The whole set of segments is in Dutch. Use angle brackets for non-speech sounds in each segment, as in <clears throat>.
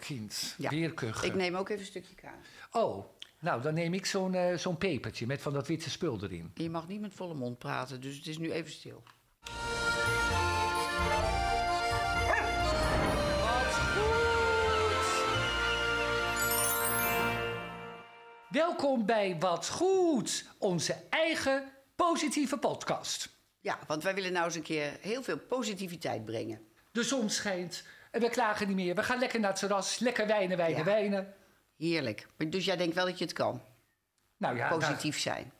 Kind. Ja. Weerkuch. Ik neem ook even een stukje kaas. Oh, nou, dan neem ik zo'n eh, zo'n pepertje met van dat witte spul erin. Je mag niet met volle mond praten, dus het is nu even stil. Welkom bij Wat Goed, onze eigen positieve podcast. Ja, want wij willen nou eens een keer heel veel positiviteit brengen. De zon schijnt en we klagen niet meer. We gaan lekker naar het terras, lekker wijnen, wijnen, Ja. wijnen. Heerlijk. Maar Dus jij denkt wel dat je het kan. Nou ja, Positief zijn.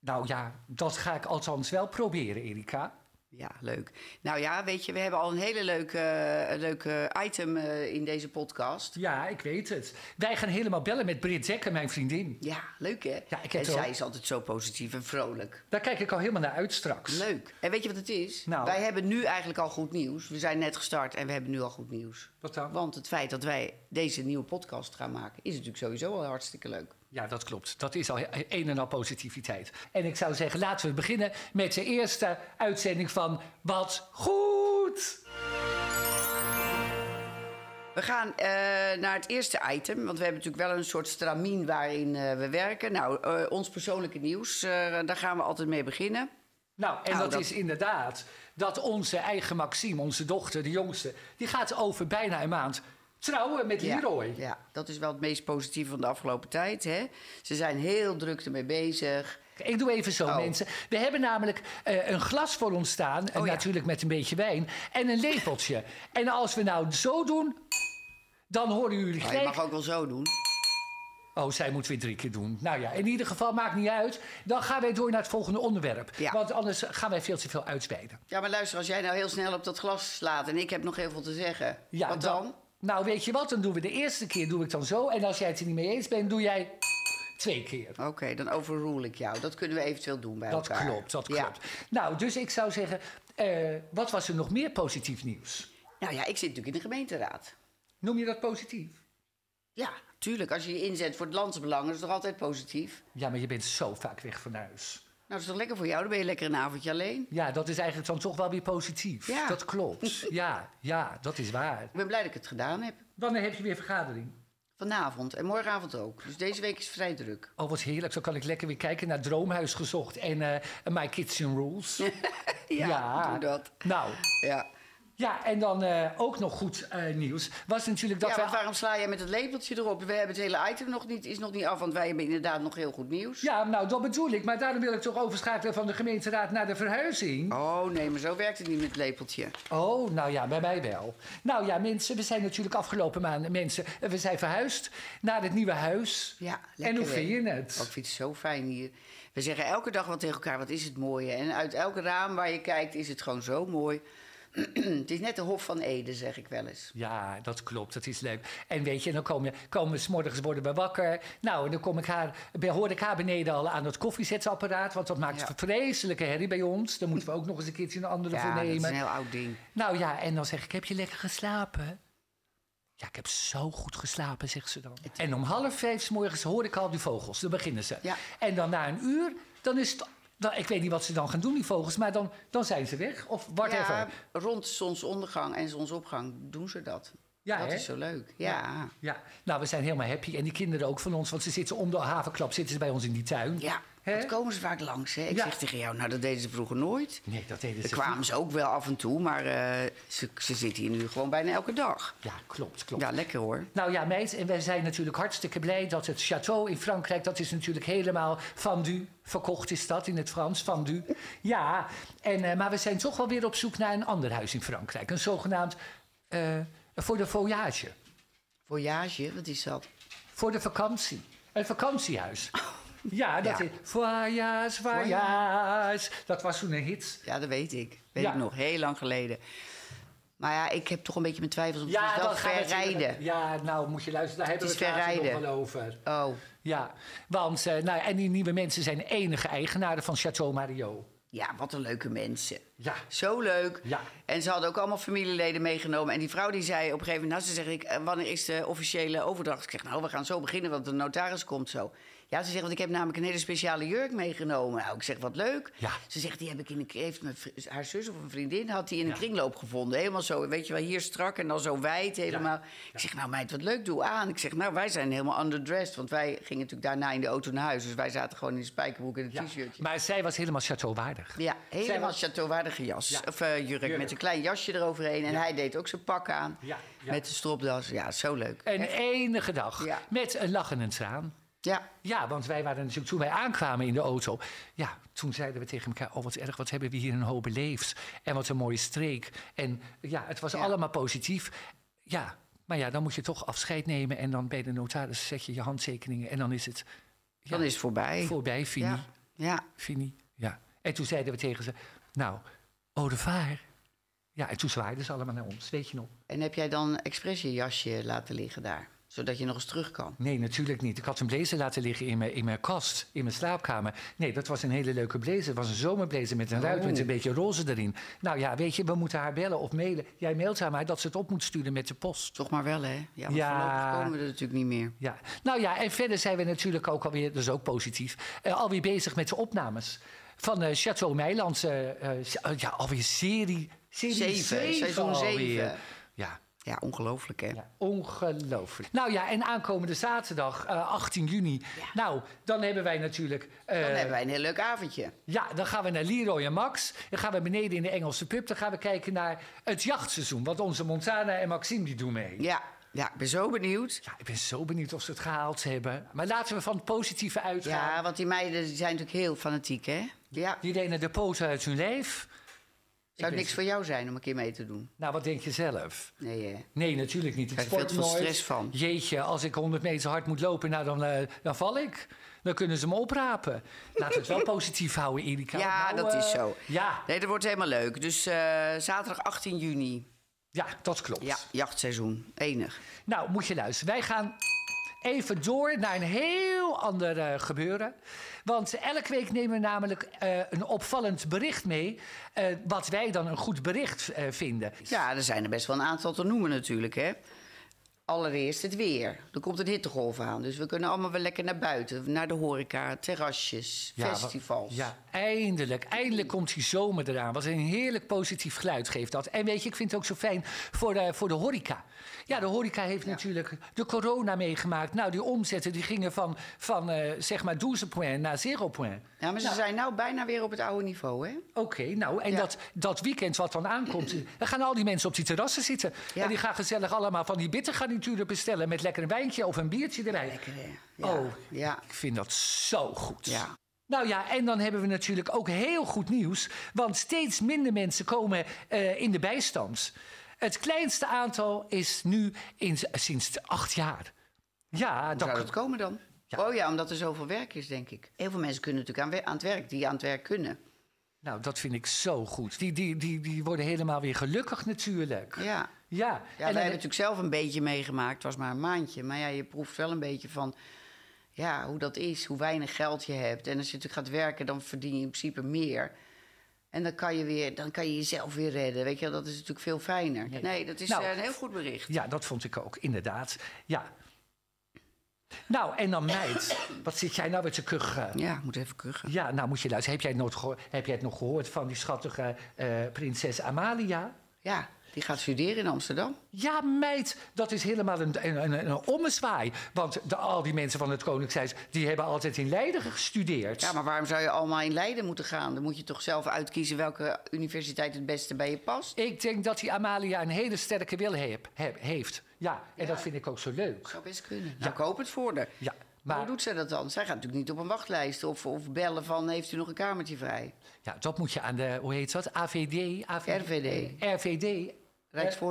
Nou, nou ja, dat ga ik althans wel proberen, Erika. Ja, leuk. Nou ja, weet je, we hebben al een hele leuke, eh, leuke item eh, in deze podcast. Ja, ik weet het. Wij gaan helemaal bellen met Brit Dekker, mijn vriendin. Ja, leuk hè? Ja, ik heb en het ook. zij is altijd zo positief en vrolijk. Daar kijk ik al helemaal naar uit straks. Leuk. En weet je wat het is? Nou. Wij hebben nu eigenlijk al goed nieuws. We zijn net gestart en we hebben nu al goed nieuws. Wat dan? Want het feit dat wij deze nieuwe podcast gaan maken... is natuurlijk sowieso al hartstikke leuk. Ja, dat klopt. Dat is al he- een en al positiviteit. En ik zou zeggen, laten we beginnen met de eerste uitzending van Wat Goed! We gaan eh, naar het eerste item, want we hebben natuurlijk wel een soort stramien waarin eh, we werken. Nou, eh, ons persoonlijke nieuws, eh, daar gaan we altijd mee beginnen. Nou, en Nou, dat, dat- is inderdaad dat onze eigen Maxime, onze dochter, de jongste... die gaat over bijna een maand trouwen met Leroy. Ja, ja, dat is wel het meest positieve van de afgelopen tijd. Hè? Ze zijn heel druk ermee bezig. Ik doe even zo, Oh. mensen. We hebben namelijk eh, een glas voor ons staan. en ja. Natuurlijk met een beetje wijn. En een lepeltje. en als we nou zo doen, dan horen jullie Maar Nou, je gelijk... mag ook wel zo doen. Oh, zij moet weer drie keer doen. Nou ja, in ieder geval, maakt niet uit. Dan gaan wij door naar het volgende onderwerp. Ja. Want anders gaan wij veel te veel uitweiden. Ja, maar luister, als jij nou heel snel op dat glas slaat en ik heb nog heel veel te zeggen, Ja, wat dan? Nou, weet je wat? Dan doen we de eerste keer doe ik dan zo. En als jij het er niet mee eens bent, doe jij twee keer. Oké, dan overrule ik jou. Dat kunnen we eventueel doen bij Dat elkaar. klopt, dat Ja. klopt. Nou, dus ik zou zeggen, eh, wat was er nog meer positief nieuws? Nou ja, ik zit natuurlijk in de gemeenteraad. Noem je dat positief? Ja, tuurlijk. Als je je inzet voor het landsbelang, is het toch altijd positief? Ja, maar je bent zo vaak weg van huis. Nou, dat is toch lekker voor jou? Dan ben je lekker een avondje alleen. Ja, dat is eigenlijk dan toch wel weer positief. Ja. Dat <laughs> klopt. ja, ja, dat is waar. Ik ben blij dat ik het gedaan heb. Wanneer heb je weer vergadering? Vanavond en morgenavond ook. Dus deze week is vrij druk. Oh, wat heerlijk. Zo kan ik lekker weer kijken naar Droomhuis gezocht en eh, My Kitchen Rules. doe dat. Nou, Ja. ja, en dan eh, ook nog goed eh, nieuws was natuurlijk dat ja, wij... want waarom sla jij met het lepeltje erop? We hebben het hele item nog niet, is nog niet af, want wij hebben inderdaad nog heel goed nieuws. Ja, nou, dat bedoel ik. Maar daarom wil ik toch overschakelen van de gemeenteraad naar de verhuizing. Oh nee, maar zo werkt het niet met het lepeltje. Oh, nou ja, bij mij wel. Nou ja, mensen, we zijn natuurlijk afgelopen maanden mensen. eh, We zijn verhuisd naar het nieuwe huis. Ja, en lekker, hoe vind hè? je Oh, het? ik vind het zo fijn hier. We zeggen elke dag wat tegen elkaar, wat is het mooie. En uit elk raam waar je kijkt is het gewoon zo mooi. <clears throat> het is net de Hof van Ede, zeg ik wel eens. Ja, dat klopt. Dat is leuk. En weet je, dan kom je, komen we s'morgens worden we wakker. Nou, en dan kom ik haar, bij- hoor ik haar beneden al aan het koffiezetapparaat. Want dat maakt Ja. vreselijke herrie bij ons. Daar moeten we ook nog eens een keertje een andere Ja, voor dat is nemen. een heel oud ding. Nou ja, en dan zeg ik, heb je lekker geslapen? Ja, ik heb zo goed geslapen, zegt ze dan. En om half vijf 's morgens hoor ik al die vogels. Dan beginnen ze. Ja. En dan na een uur, dan is het... dan- ik weet niet wat ze dan gaan doen, die vogels. Maar dan, dan zijn ze weg. Of whatever. Ja, rond zonsondergang en zonsopgang doen ze dat. Ja, dat hè? is zo leuk. Ja. ja. Ja, nou, we zijn helemaal happy. En die kinderen ook van ons, want ze zitten om de havenklap zitten ze bij ons in die tuin. Hè? dat komen ze vaak langs. Hè? Ik Ja. zeg tegen jou, nou dat deden ze vroeger nooit. Nee, dat deden ze Daar kwamen ze ook wel af en toe, maar eh, ze, ze zitten hier nu gewoon bijna elke dag. niet. Ja, klopt, klopt. Ja, lekker hoor. Nou ja, meid, en wij zijn natuurlijk hartstikke blij dat het château in Frankrijk, dat is natuurlijk helemaal fondue, verkocht is dat in het Frans, fondue. Ja, en, eh, maar we zijn toch wel weer op zoek naar een ander huis in Frankrijk. Een zogenaamd eh, voor de voyage, Voyage, wat is dat? voor de vakantie. Een vakantiehuis. Oh. Ja, dat Ja. is voyage, voyage. Dat was toen een hit. Ja, dat weet ik. Weet Ja. ik nog, heel lang geleden. Maar ja, ik heb toch een beetje mijn twijfels. om het is wel dan gaan we ver natuurlijk- rijden. Ja, nou moet je luisteren, daar hebben Het we is het later nog verrijden. wel over. Oh, Ja, want eh, nou, en die nieuwe mensen zijn enige eigenaren van Chateau Mario. ja, wat een leuke mensen. Ja. Zo leuk. Ja. En ze hadden ook allemaal familieleden meegenomen. En die vrouw die zei op een gegeven moment... Nou, ze zegt, ik, eh, wanneer is de officiële overdracht? Ik zeg, nou, we gaan zo beginnen, want de notaris komt zo. Ja, ze zegt, want ik heb namelijk een hele speciale jurk meegenomen. Nou, ik zeg, wat leuk. Ja. Ze zegt, die heb ik in een, heeft mijn, vri- haar zus of een vriendin had die in een Ja. kringloop gevonden. Helemaal zo, weet je wel, hier strak en dan zo wijd helemaal. Ik zeg, nou meid, wat leuk, doe aan. Ik zeg, nou, wij zijn helemaal underdressed. Want wij gingen natuurlijk daarna in de auto naar huis. Dus wij zaten gewoon in de spijkerbroek en een Ja. t-shirtje. Maar zij was helemaal chateau waardig. Ja, helemaal was- chateauwaardige jas. Ja. Of eh, jurk, Jurk. met een klein jasje eroverheen. En hij deed ook zijn pak aan. Ja, ja. Met de stropdas. Ja, zo leuk. Een enige dag. Ja. Met een lach en een traan. Ja, Ja, want wij waren natuurlijk, toen wij aankwamen in de auto, ja, toen zeiden we tegen elkaar, oh wat erg, wat hebben we hier een hoop beleefd. En wat een mooie streek. En ja, het was Ja. allemaal positief. Ja, maar ja, dan moet je toch afscheid nemen en dan bij de notaris zet je je handtekeningen en dan is het dan is het voorbij. voorbij, fini, ja. ja, fini. Ja. En toen zeiden we tegen ze, nou, au revoir. Ja, en toen zwaaiden ze allemaal naar ons, weet je nog. en heb jij dan expres je jasje laten liggen daar? Zodat je nog eens terug kan. Nee, natuurlijk niet. Ik had een blazer laten liggen in mijn, in mijn kast, in mijn slaapkamer. Nee, dat was een hele leuke blazer. Het was een zomerblazer met een ruit met Oh. een beetje roze erin. Nou ja, weet je, we moeten haar bellen of mailen. Jij mailt haar maar dat ze het op moet sturen met de post. Toch maar wel, hè? Ja, want Ja. voorlopig komen we er natuurlijk niet meer. Ja, nou ja, en verder zijn we natuurlijk ook alweer, dat is ook positief, eh, alweer bezig met de opnames. Van eh Chateau Meiland, eh, eh, s- eh, ja, alweer serie, serie Zeven, seizoen alweer. zeven. Ja, Ja, ongelooflijk, hè? Ja, ongelooflijk. Nou ja, en aankomende zaterdag, eh, 18 juni. Nou, dan hebben wij natuurlijk. eh, Dan hebben wij een heel leuk avondje. Ja, dan gaan we naar Leroy en Max. Dan gaan we beneden in de Engelse pub. Dan gaan we kijken naar het jachtseizoen. Want onze Montana en Maxime die doen mee. Ja, ja ik ben zo benieuwd. Ja, ik ben zo benieuwd of ze het gehaald hebben. Maar laten we van het positieve uitgaan. Ja, want die meiden die zijn natuurlijk heel fanatiek, hè? Ja. Die deden de poten uit hun lijf. Zou het weet niks voor jou zijn om een keer mee te doen? Nou, wat denk je zelf? Nee, hè? Nee, natuurlijk niet. Ik Krijg je sport veel te veel nooit. stress van. Jeetje, als ik 100 meter hard moet lopen, nou dan, eh, dan val ik. Dan kunnen ze me oprapen. Laten we het <laughs> wel positief houden, Erika. Ja, Nou, dat is eh, zo. Ja, Nee, dat wordt helemaal leuk. Dus eh, zaterdag 18 juni. ja, dat klopt. Ja, jachtseizoen. Enig. Nou, moet je luisteren. Wij gaan even door naar een heel ander eh, gebeuren. Want elke week nemen we namelijk eh, een opvallend bericht mee. eh, wat wij dan een goed bericht eh, vinden. Ja, er zijn er best wel een aantal te noemen natuurlijk, hè. Allereerst het weer. Er komt een hittegolf aan. Dus we kunnen allemaal wel lekker naar buiten. Naar de horeca, terrasjes, Ja, wa- festivals. Ja, eindelijk. Eindelijk komt die zomer eraan. Wat een heerlijk positief geluid geeft dat. En weet je, ik vind het ook zo fijn voor de, voor de horeca. Ja, de horeca heeft natuurlijk de corona meegemaakt. Nou, die omzetten die gingen van, van eh, zeg maar 12 point naar 0 point. Ja, maar ze zijn nou bijna weer op het oude niveau, hè? Oké, nou, en Ja. dat, dat weekend wat dan aankomt, <clears throat> dan gaan al die mensen op die terrassen zitten. Ja. En die gaan gezellig allemaal van die bittergarnituren bestellen met lekker een wijntje of een biertje erbij. Lekker, hè? Ja. Oh. Ja. Ik vind dat zo goed. Ja. Nou ja, en dan hebben we natuurlijk ook heel goed nieuws. Want steeds minder mensen komen eh, in de bijstand. Het kleinste aantal is nu in, sinds acht jaar. Ja, Hoe zou dat, dat komen dan? Ja. Oh ja, omdat er zoveel werk is, denk ik. Heel veel mensen kunnen natuurlijk aan, we- aan het werk, die aan het werk kunnen. nou, dat vind ik zo goed. Die, die, die, die worden helemaal weer gelukkig natuurlijk. Ja. Ja, Ja, en wij dan- hebben natuurlijk zelf een beetje meegemaakt. Het was maar een maandje. Maar ja, je proeft wel een beetje van ja, hoe dat is, hoe weinig geld je hebt. En als je natuurlijk gaat werken, dan verdien je in principe meer. En dan kan je, weer, dan kan je jezelf weer redden. Weet je, wel, dat is natuurlijk veel fijner. Nee, dat is Nou, eh, een heel goed bericht. Ja, dat vond ik ook, inderdaad. Ja. Nou, en dan <coughs> meid. Wat zit jij nou weer te kuchen? Ja, ik moet even kuchen. Ja, nou moet je luisteren. Heb jij het, nooit geho- heb jij het nog gehoord van die schattige eh, prinses Amalia? Ja, die gaat studeren in Amsterdam. Ja, meid, dat is helemaal een, een, een, een ommezwaai. Want de, al die mensen van het Koningshuis, die hebben altijd in Leiden gestudeerd. Ja, maar waarom zou je allemaal in Leiden moeten gaan? Dan moet je toch zelf uitkiezen welke universiteit het beste bij je past. Ik denk dat die Amalia een hele sterke wil heb, heb- heeft. Ja, en dat vind ik ook zo leuk. Zou best kunnen. Nou, ik hoop het voor haar. Ja, Maar maar... hoe doet zij dat dan? Zij gaat natuurlijk niet op een wachtlijst of, of bellen van heeft u nog een kamertje vrij? Ja, dat moet je aan de, hoe heet dat? AVD? AVD RVD. RVD.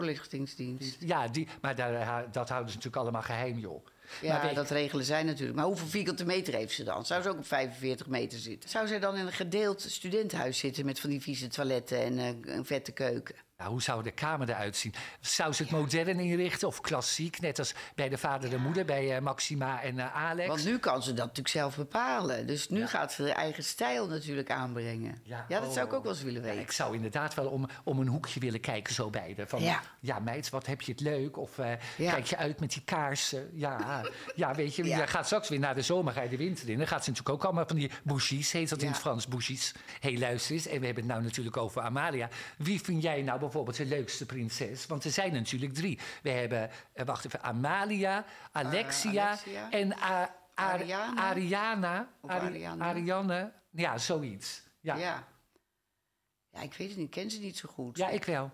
Rijksvoorlichtingsdienst. Ja, die, maar daar, dat houden ze natuurlijk allemaal geheim, joh. maar Ja, weet- dat regelen zij natuurlijk. Maar hoeveel vierkante meter heeft ze dan? Zou ze ook op 45 meter zitten? Zou zij dan in een gedeeld studentenhuis zitten met van die vieze toiletten en eh, een vette keuken? Nou, hoe zou de kamer eruit zien? Zou ze het modern inrichten of klassiek? Net als bij de vader en moeder, bij eh, Maxima en eh, Alex. Want nu kan ze dat natuurlijk zelf bepalen. Dus nu gaat ze haar eigen stijl natuurlijk aanbrengen. Ja, Ja, dat zou ik oh. ook wel eens willen Ja, weten. ik zou inderdaad wel om, om een hoekje willen kijken, zo bij de. Van, ja. Ja. meid, wat heb je het leuk? Of eh, Ja. kijk je uit met die kaarsen? Ja, ja weet je, Ja. je gaat straks weer naar de zomer, ga je de winter in. Dan gaat ze natuurlijk ook allemaal van die bougies, heet dat in Ja. het Frans, bougies. Hé, hey, luister eens, en we hebben het nou natuurlijk over Amalia. Wie vind jij nou bijvoorbeeld de leukste prinses? Want er zijn er natuurlijk drie. We hebben, eh, wacht even, Amalia, Alexia, Ah, Alexia. en A- Ar- Ariana. Ariana. Of Ari- Ariana. Ariane. Ja, zoiets. Ja, Ja. ja. ja. ik weet het niet. Ik ken ze niet zo goed. ik wel.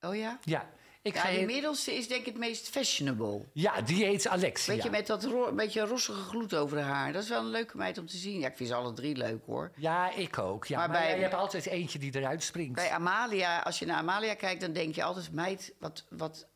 Oh ja? Ja, ik Ja, ga de heel- middelste is denk ik het meest fashionable. ja die heet Alexia. Weet je, met dat ro- beetje rossige gloed over haar. Dat is wel een leuke meid om te zien. Ja, ik vind ze alle drie leuk hoor. Ja, ik ook. Ja. Maar, Maar bij- ja, je hebt altijd eentje die eruit springt. Bij Amalia, als je naar Amalia kijkt, dan denk je altijd... meid, wat, wat,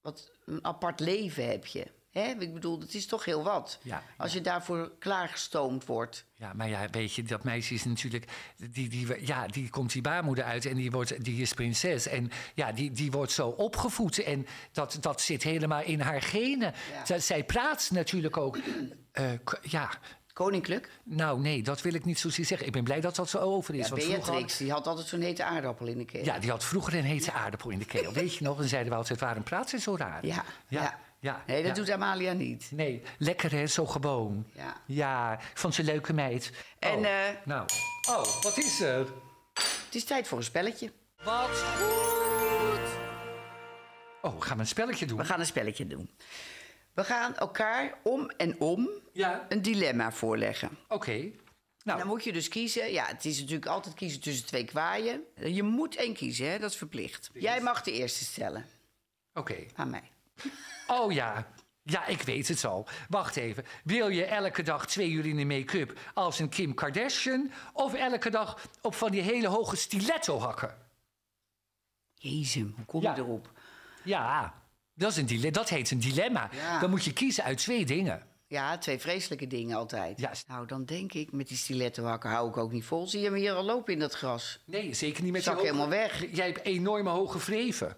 wat een apart leven heb je. Hè? Ik bedoel, het is toch heel wat. Ja, Als je daarvoor klaargestoomd wordt. Ja, maar ja, weet je, dat meisje is natuurlijk... Die, die, ja, die komt die baarmoeder uit en die, wordt, die is prinses. En ja, die, die wordt zo opgevoed. En dat, dat zit helemaal in haar genen. Ja. Z- Zij praat natuurlijk ook... eh, k- ja, Koninklijk. nou nee, dat wil ik niet zozeer zeggen. Ik ben blij dat dat zo over is. Ja, want vroeger had- Beatrix, die had altijd zo'n hete aardappel in de keel. Ja, die had vroeger een hete aardappel in de keel. Weet je nog? En zeiden we altijd, waarom praat ze zo raar? Ja, ja. ja. ja, Nee, dat ja. doet Amalia niet. Nee, lekker hè, zo gewoon. Ja. Ja, ik vond ze een leuke meid. En, oh, eh, nou. Oh, wat is er? Het is tijd voor een spelletje. Wat goed! Oh, gaan we een spelletje doen? We gaan een spelletje doen. We gaan elkaar om en om Ja. een dilemma voorleggen. Oké. Nou, En dan moet je dus kiezen. Ja, het is natuurlijk altijd kiezen tussen twee kwaaien. Je moet één kiezen, hè? dat is verplicht. Jij mag de eerste stellen oké. aan mij. Oh ja. Ja, ik weet het al. Wacht even. Wil je elke dag twee uur in de make-up als een Kim Kardashian? Of elke dag op van die hele hoge stiletto hakken? Jezus, hoe kom Ja. je erop? Ja, dat, is een dile- dat heet een dilemma. Ja. Dan moet je kiezen uit twee dingen. Ja, twee vreselijke dingen altijd. Ja. Nou, dan denk ik, met die stilettenhakken hou ik ook niet vol. Zie je me hier al lopen in dat gras? Nee, zeker niet met Zak die hoge- helemaal weg. Jij hebt enorme hoge vreven.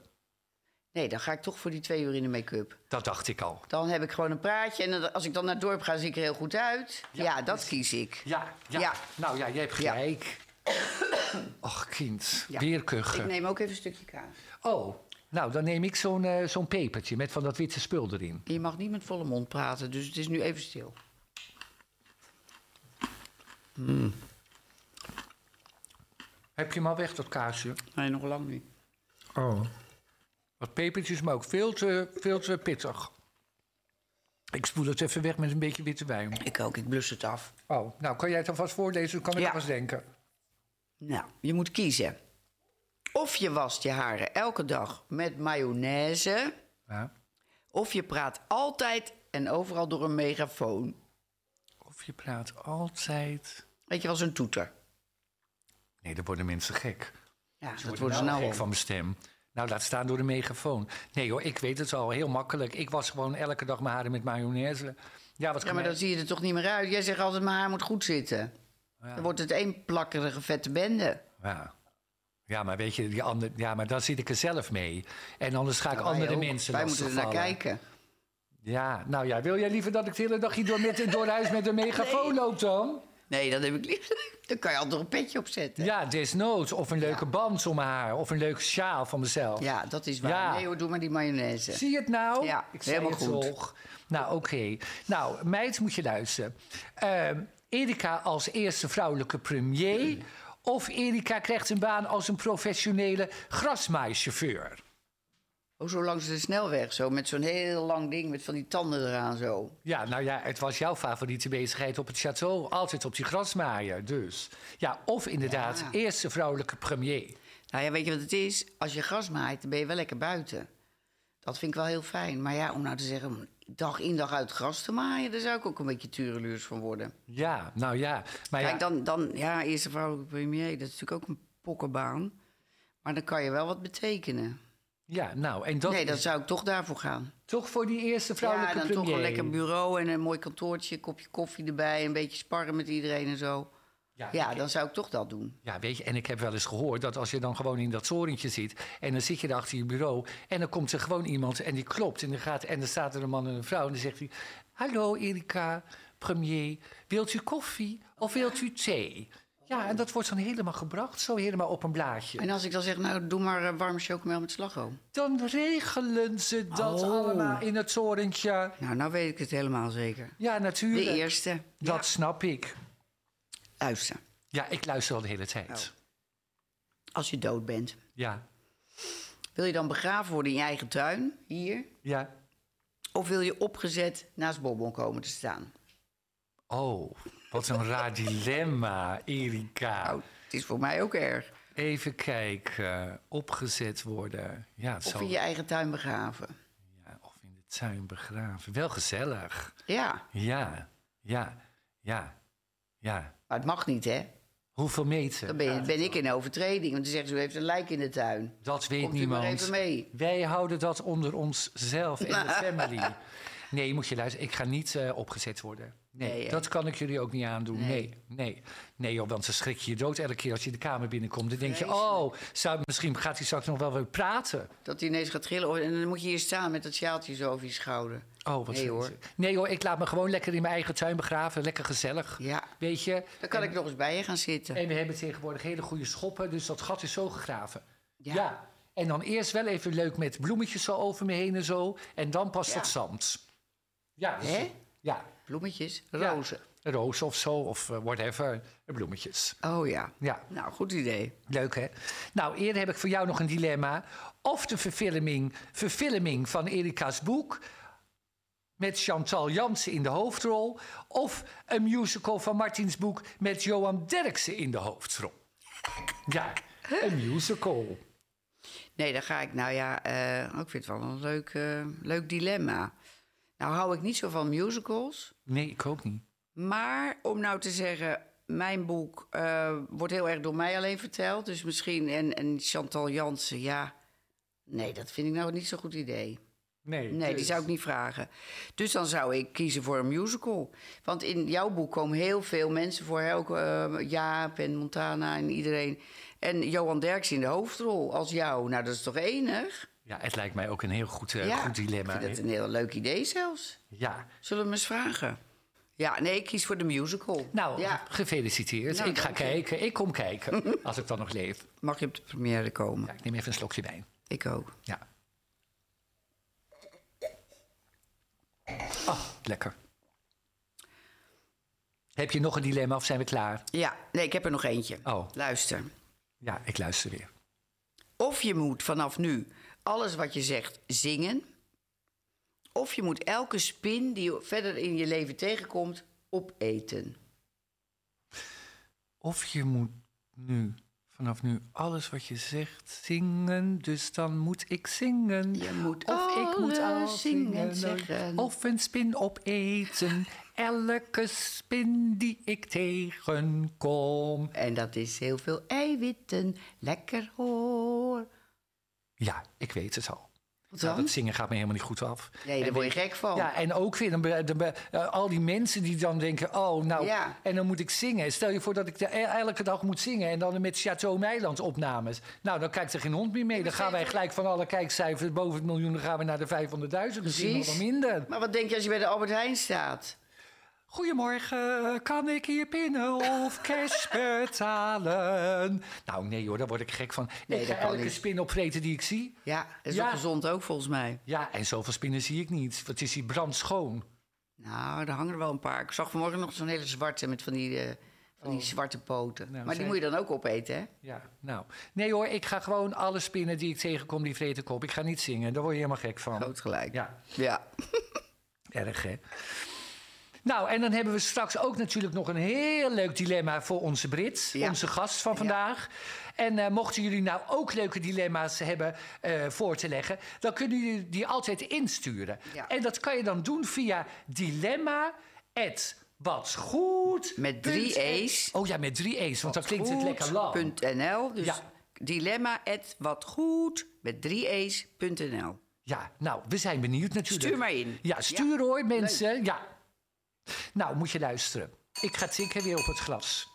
Nee, dan ga ik toch voor die twee uur in de make-up. Dat dacht ik al. Dan heb ik gewoon een praatje. En dan- als ik dan naar het dorp ga, zie ik er heel goed uit. Ja, dat dus- kies ik. Ja, ja. Ja. Nou ja, jij hebt Ja. gelijk. Och, kind. Ja. Weer kuchen. Ik neem ook even een stukje kaas. Oh, nou, dan neem ik zo'n eh, zo'n pepertje met van dat witte spul erin. Je mag niet met volle mond praten, dus het is nu even stil. Heb je hem al weg, dat kaasje? Nee, nog lang niet. Oh. Dat pepertje is me ook veel te, veel te pittig. Ik spoel het even weg met een beetje witte wijn. Ik ook, ik blus het af. Oh, nou, kan jij het alvast voorlezen? Dan kan ik Ja. alvast denken. Nou, je moet kiezen. Of je wast je haren elke dag met mayonaise... Ja. of je praat altijd en overal door een megafoon. Of je praat altijd... Weet je wel, zo'n toeter. Nee, dan worden mensen gek. Ja, dat Word worden ze nou nou gek al. van mijn stem. Nou, laat staan door de megafoon. Nee hoor, ik weet het al heel makkelijk. Ik was gewoon elke dag mijn haren met mayonaise. Ja, wat Ja, maar gemeen. dan zie je er toch niet meer uit. Jij zegt altijd, mijn haar moet goed zitten. Oh Dan wordt het één plakkerige vette bende. Ja. ja, maar weet je, die ander, ja, maar dan zit ik er zelf mee. En anders ga ik Ja, wij andere ook. mensen Wij moeten er naar lastigvallen. kijken. Ja, nou ja, wil jij liever dat ik de hele dag hier door, met, door huis met een megafoon loop dan? Nee, dat heb ik liever. Dan kan je altijd nog een petje opzetten. Ja, desnoods. Of een leuke band om mijn haar. Of een leuke sjaal van mezelf. Ja, dat is waar. Ja. Nee hoor, doe maar die mayonaise. Zie je het nou? Ja, ik zei helemaal het goed. toch. Nou, oké. Nou, meid, moet je luisteren. Ehm, Erika als eerste vrouwelijke premier... of Erika krijgt een baan als een professionele grasmaaichauffeur? Oh, Oh, zo langs de snelweg, zo met zo'n heel lang ding met van die tanden eraan zo. Ja, nou ja, het was jouw favoriete bezigheid op het château. Altijd op die grasmaaier, dus. Ja, of inderdaad, Ja. eerste vrouwelijke premier. Nou ja, weet je wat het is? Als je gras maait, dan ben je wel lekker buiten. Dat vind ik wel heel fijn. Maar ja, om nou te zeggen, om dag in dag uit gras te maaien, daar zou ik ook een beetje tureluurs van worden. Ja, nou ja. Maar ja, Kijk, dan, dan, ja, eerste vrouwelijke premier, dat is natuurlijk ook een pokkenbaan. Maar dan kan je wel wat betekenen. ja, nou, en dat, nee, dan is zou ik toch daarvoor gaan. toch voor die eerste Ja, vrouwelijke dan premier. toch een lekker bureau en een mooi kantoortje, kopje koffie erbij, een beetje sparren met iedereen en zo. Ja, Ja, dan zou ik toch dat doen. Ja, weet je, en ik heb wel eens gehoord dat als je dan gewoon in dat torentje zit... en dan zit je daar achter je bureau en dan komt er gewoon iemand en die klopt... en dan, gaat, en dan staat er een man en een vrouw en dan zegt hij... Hallo Erika, premier, wilt u koffie of wilt u thee? Ja, en dat wordt dan helemaal gebracht, zo helemaal op een blaadje. En als ik dan zeg, nou, doe maar eh, warme chocomel met slagroom. Dan regelen ze dat Oh. allemaal in het torentje. Nou, nou weet ik het helemaal zeker. Ja, De natuurlijk. eerste. Dat snap ik. Luister, Ja, ik luister al de hele tijd. Oh. als je dood bent, Ja, wil je dan begraven worden in je eigen tuin, hier? ja. Of wil je opgezet naast Bobbon komen te staan? Oh, wat een raar dilemma, Erika. Nou, het is voor mij ook erg. Even kijken, opgezet worden. Ja, het Of zal, in je eigen tuin begraven. ja, of in de tuin begraven. Wel gezellig. Ja, Ja, ja, ja, ja. maar het mag niet, hè? Hoeveel Dan meter? ben, je- ben ik in overtreding. Want dan zeggen ze, u heeft een lijk in de tuin. Dat weet Komt u maar even niemand. mee. Wij houden dat onder onszelf en <laughs> de family. Nee, moet je luisteren. Ik ga niet eh, opgezet worden. Nee, Nee, hè? dat kan ik jullie ook niet aandoen. Nee, nee. Nee, joh, want dan schrik je je dood elke keer als je de kamer binnenkomt. Dan denk je, oh, zou, misschien gaat hij straks nog wel weer praten. Dat hij ineens gaat gillen. hoor. En dan moet je hier staan met dat sjaaltje zo over je schouder. Oh, wat Nee, goed. hoor. Nee hoor, ik laat me gewoon lekker in mijn eigen tuin begraven. Lekker gezellig. Ja, Weet je? dan kan ik nog eens bij je gaan zitten. En we hebben tegenwoordig hele goede schoppen, dus dat gat is zo gegraven. Ja. Ja. En dan eerst wel even leuk met bloemetjes zo over me heen en zo. En dan pas Ja. dat zand. Ja. dus- Hè? Ja. Bloemetjes, Ja. rozen. Een roos of zo, of eh, whatever. Bloemetjes. Oh ja. Ja, Nou, goed idee. leuk hè? Nou, eerder heb ik voor jou nog een dilemma. Of de verfilming, verfilming van Erika's boek... met Chantal Jansen in de hoofdrol... of een musical van Martins boek met Johan Derksen in de hoofdrol. Ja, een musical. Nee, dan ga ik. Nou ja, eh, oh, ik vind het wel een leuk, eh, leuk dilemma. Nou hou ik niet zo van musicals. Nee, ik ook niet. Maar om nou te zeggen, mijn boek eh, wordt heel erg door mij alleen verteld. Dus misschien, en, en Chantal Jansen, ja. Nee, dat vind ik nou niet zo'n goed idee. Nee, Nee, die zou ik niet vragen. Dus dan zou ik kiezen voor een musical. Want in jouw boek komen heel veel mensen voor. hè, Ook eh, Jaap en Montana en iedereen. En Johan Derks in de hoofdrol als jou. Nou, dat is toch enig? Ja, het lijkt mij ook een heel goed, eh, goed Ik dilemma. vind dat een heel leuk idee zelfs. Ja. Zullen we hem eens vragen? Ja, nee, ik kies voor de musical. Nou, ja, gefeliciteerd. Nou, ik ga dank je. kijken. Ik kom <laughs> kijken, als ik dan nog leef. mag je op de première komen? Ja, ik neem even een slokje wijn. Ik ook. Ja. Ah, lekker. Heb je nog een dilemma of zijn we klaar? Ja, nee, ik heb er nog eentje. Oh. Luister. Ja, ik luister weer. Of je moet vanaf nu alles wat je zegt zingen. Of je moet elke spin die je verder in je leven tegenkomt opeten. Of je moet nu, vanaf nu, alles wat je zegt zingen. Dus dan moet ik zingen. Je moet Of ik moet alles al zingen, zingen. zeggen. Of een spin opeten. Elke spin die ik tegenkom. En dat is heel veel eiwitten. Lekker hoor. Ja, ik weet het al. Wat Ja, dan? Nou, dat zingen gaat me helemaal niet goed af. Nee, daar En word je weet- gek van. Ja, en ook weer dan be- dan be- eh, al die mensen die dan denken... oh, nou, Ja. en dan moet ik zingen. Stel je voor dat ik de, el- elke dag moet zingen... en dan met Chateau Meiland opnames. Nou, dan kijkt er geen hond meer mee. Dan gaan wij gelijk van alle kijkcijfers boven het miljoen... dan gaan we naar de 500.000, misschien nog wel Precies. minder. Maar wat denk je als je bij de Albert Heijn staat? Goedemorgen, kan ik hier pinnen <laughs> of cash betalen? Nou, nee hoor, daar word ik gek van. Nee, ik ga dat kan elke niet. spin opvreten die ik zie. Ja, dat is Ja. ook gezond ook volgens mij. Ja, en zoveel spinnen zie ik niet. Wat is die brandschoon? Nou, er hangen er wel een paar. Ik zag vanmorgen nog zo'n hele zwarte met van die, eh, van Oh. die zwarte poten. maar die zij- moet je dan ook opeten, hè? Ja, nou. Nee hoor, ik ga gewoon alle spinnen die ik tegenkom, die vreten kop. Ik ga niet zingen, daar word je helemaal gek van. Groot gelijk. Ja, ja. erg hè. Nou, en dan hebben we straks ook natuurlijk nog een heel leuk dilemma voor onze Brits, Ja. onze gast van vandaag. En eh, mochten jullie nou ook leuke dilemma's hebben eh, voor te leggen, dan kunnen jullie die altijd insturen. Ja. En dat kan je dan doen via dilemma Met drie E's. Oh ja, met drie E's, want dan klinkt het lekker lang. .nl, dus Ja. dilemma at watgoed met 3e's.nl. Ja, nou, we zijn benieuwd natuurlijk. Stuur maar in. Ja, stuur hoor, mensen. Ja. Nou, moet je luisteren. Ik ga tikken weer op het glas.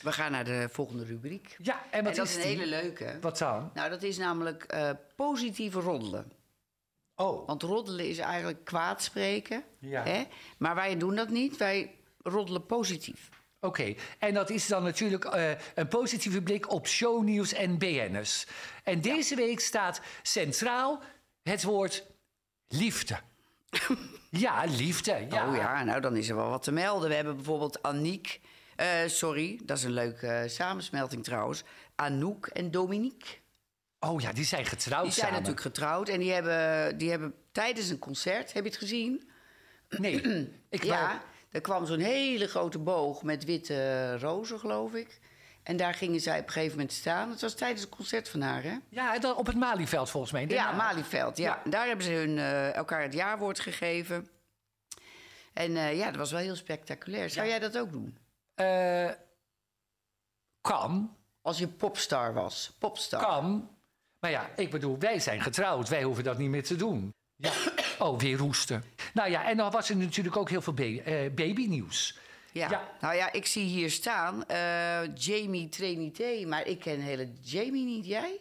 We gaan naar de volgende rubriek. Ja, en wat en dat is is een die? hele leuke. Wat dan? Nou, dat is namelijk eh positief roddelen. Oh, Want roddelen is eigenlijk kwaad spreken. Ja. Hè? Maar wij doen dat niet. Wij roddelen positief. Oké, Oh. en dat is dan natuurlijk eh, een positieve blik op shownieuws en BN'ers. En deze week staat centraal het woord <laughs> liefde. ja, liefde. Ja. Oh ja, nou dan is er wel wat te melden. We hebben bijvoorbeeld Aniek. eh, sorry, dat is een leuke eh, samensmelting trouwens. Anouk en Dominique. Oh ja, die zijn getrouwd Die zijn samen. natuurlijk getrouwd en die hebben, die hebben tijdens een concert, heb je het gezien? Nee, ik <clears throat> ja, wou- er kwam zo'n hele grote boog met witte rozen, geloof ik. En daar gingen zij op een gegeven moment staan. Het was tijdens een concert van haar, hè? ja dan op het Malieveld volgens mij. in Den Ja, Haag. Malieveld. Ja. Daar hebben ze hun, eh, elkaar het jaarwoord gegeven. En eh, ja, dat was wel heel spectaculair. Zou jij dat ook doen? Eh, kan, Als je popstar was. Popstar. kan. Maar ja, ik bedoel, wij zijn getrouwd. Wij hoeven dat niet meer te doen. <coughs> Ja. Oh, weer roesten. Nou ja, en dan was er natuurlijk ook heel veel baby, eh, babynieuws. Ja. Ja. Nou ja, ik zie hier staan eh, Jamie Trinité. Maar ik ken hele Jamie niet. Jij?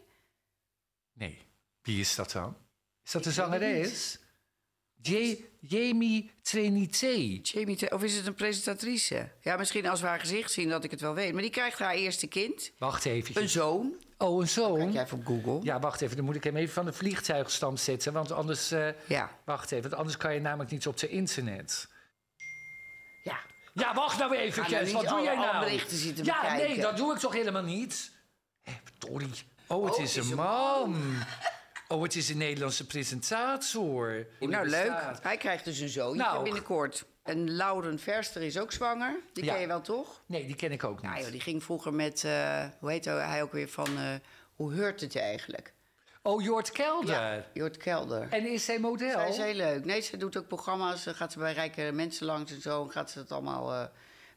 Nee. Wie is dat dan? Is dat de weet het zangeres? J- Jamie Trinité. Jamie, Tra- of is het een presentatrice? Ja, misschien als we haar gezicht zien dat ik het wel weet. Maar die krijgt haar eerste kind. Wacht Een even. zoon. Oh, een Kijk zoon. jij op Google? Ja, wacht even. Dan moet ik hem even van de vliegtuigstand zetten. Want anders, eh, Ja. wacht even, want anders kan je namelijk niet op zijn internet. Ja. Ja, wacht nou even, Ga nou Kees. niet Wat doe alle- jij alle nou? berichten zitten ja, bekijken. nee, dat doe ik toch helemaal niet? Hé, verdorie. Oh, het Oh, is het is een een man. Oh, het is een Nederlandse presentator. Nou, leuk. Bestaat. Hij krijgt dus een zoontje Nou. binnenkort. En Lauren Verster is ook zwanger. Die Ja. ken je wel, toch? Nee, die ken ik ook Ja, joh, niet. die ging vroeger met... eh, hoe heet hij ook weer van... eh, hoe heurt het je eigenlijk? Oh, Jort Kelder. Jort Kelder. En is zij model? Zij is heel leuk. Nee, ze doet ook programma's. Dan gaat ze bij rijke mensen langs en zo. En gaat ze dat allemaal eh,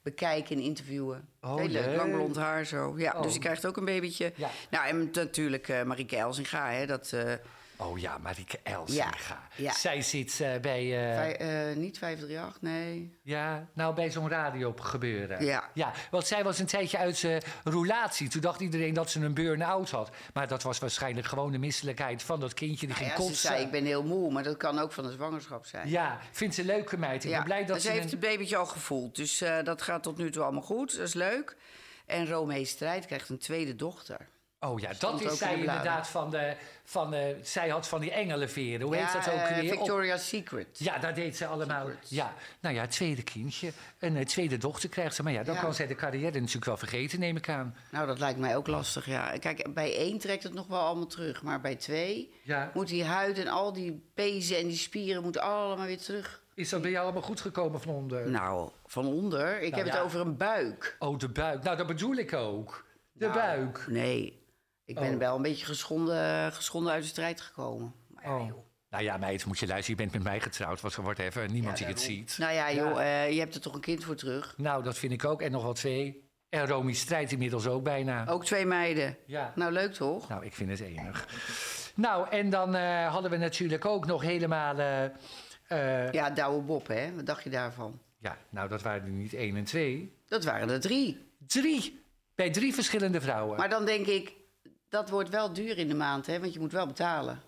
bekijken en interviewen. Oh, heel leuk. leuk. Lang blond haar zo. Ja, Oh. dus ze krijgt ook een babytje. Ja. Nou, en natuurlijk eh Marieke Elsinga. Hè, dat, eh, Oh ja, Marieke Elsinga. Ja, ja. Zij zit eh, bij, eh, vij- eh, niet 538, nee. ja, nou, bij zo'n radio gebeuren. Ja. ja. Want zij was een tijdje uit eh roulatie. Toen dacht iedereen dat ze een burn-out had. Maar dat was waarschijnlijk gewoon de misselijkheid van dat kindje die ging Nou Ja, ze kotsen. zei, ik ben heel moe, maar dat kan ook van een zwangerschap zijn. Ja, vindt ze een leuke meid. Ik Ja, ben blij dat en ze... ze heeft een- het babytje al gevoeld. Dus eh, dat gaat tot nu toe allemaal goed. Dat is leuk. En Romee Strijd krijgt een tweede dochter. Oh ja, dat Stond ook is in zij de bladen. inderdaad van de... Van de... Zij had van die engelenveren. Hoe heet ja, dat ook eh, weer? Op- Victoria's Secret. Ja, dat deed ze allemaal. Secrets. Ja, nou ja, tweede kindje. Een eh, tweede dochter krijgt ze. Maar ja, dan Ja. kan zij de carrière natuurlijk wel vergeten, neem ik aan. Nou, dat lijkt mij ook lastig, ja. Kijk, bij één trekt het nog wel allemaal terug. Maar bij twee Ja. moet die huid en al die pezen en die spieren moet allemaal weer terug. Is dat bij jou allemaal goed gekomen van onder? Nou, van onder. Ik Nou, heb ja. het over een buik. Oh, de buik. Nou, dat bedoel ik ook. De Nou, buik. Nee. Ik ben Oh. wel een beetje geschonden, geschonden uit de strijd gekomen. Maar ja, Oh. joh. Nou ja, meid, moet je luisteren. Je bent met mij getrouwd. Wat wordt even niemand Ja, die het daarom. ziet. Nou ja, Ja. joh, eh, je hebt er toch een kind voor terug. Nou, dat vind ik ook. En nog wel twee. En Romy strijdt inmiddels ook bijna. Ook twee meiden. Ja. Nou, leuk toch? Nou, ik vind het enig. Nou, en dan eh, hadden we natuurlijk ook nog helemaal... eh, eh, Ja, Douwe Bob, hè? Wat dacht je daarvan? ja, nou, dat waren er niet één en twee. Dat waren er drie. Drie. Bij drie verschillende vrouwen. Maar dan denk ik, dat wordt wel duur in de maand, hè? Want je moet wel betalen.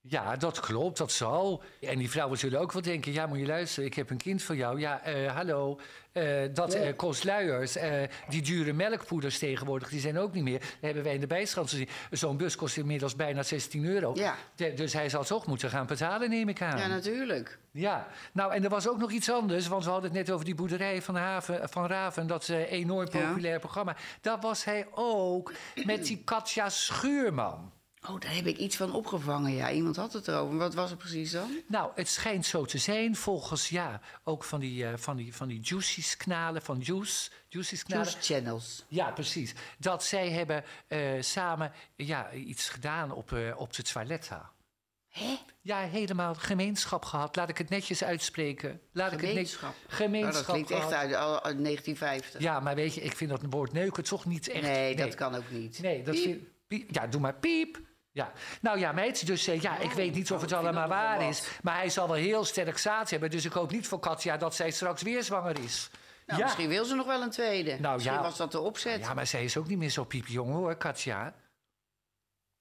Ja, dat klopt, dat zal. En die vrouwen zullen ook wel denken: ja, moet je luisteren, ik heb een kind voor jou. Ja, eh, hallo, eh, dat eh, kost luiers. Eh, die dure melkpoeders tegenwoordig, die zijn ook niet meer. Dat hebben wij in de bijstand gezien. Zo'n bus kost inmiddels bijna 16 euro. Ja. De- dus hij zal toch moeten gaan betalen, neem ik aan. Ja, natuurlijk. Ja, nou, en er was ook nog iets anders. Want we hadden het net over die boerderij van, Haven, van Raven. Dat is een enorm Ja. populair programma. Daar was hij ook met die Katja Schuurman. Oh, daar heb ik iets van opgevangen, ja. Iemand had het erover. Maar Wat was het precies dan? Nou, het schijnt zo te zijn volgens, ja, ook van die, eh van die, van die juicies knalen, van juice, juicies knalen. Juice Channels. Ja, precies. Dat zij hebben eh, samen ja, iets gedaan op, eh, op de toiletta. Hè? Ja, helemaal gemeenschap gehad. Laat ik het netjes uitspreken. Laat Gemeenschap. Ik het net- gemeenschap Nou, dat klinkt echt gehad. uit, al- uit 1950. Ja, maar weet je, ik vind dat woord neuken toch niet echt... nee, dat kan ook niet. Nee, dat Piep. vind piep. Ja, doe maar piep. Ja. Nou ja, meid, dus eh, ja, ik Oh, weet niet of nou, het ik vind allemaal dat nogal waar wat. is. Maar hij zal wel heel sterk zaad hebben. Dus ik hoop niet voor Katja dat zij straks weer zwanger is. Nou, Ja. misschien wil ze nog wel een tweede. Nou, misschien ja. was dat de opzet. Ja, maar zij is ook niet meer zo piepjong hoor, Katja.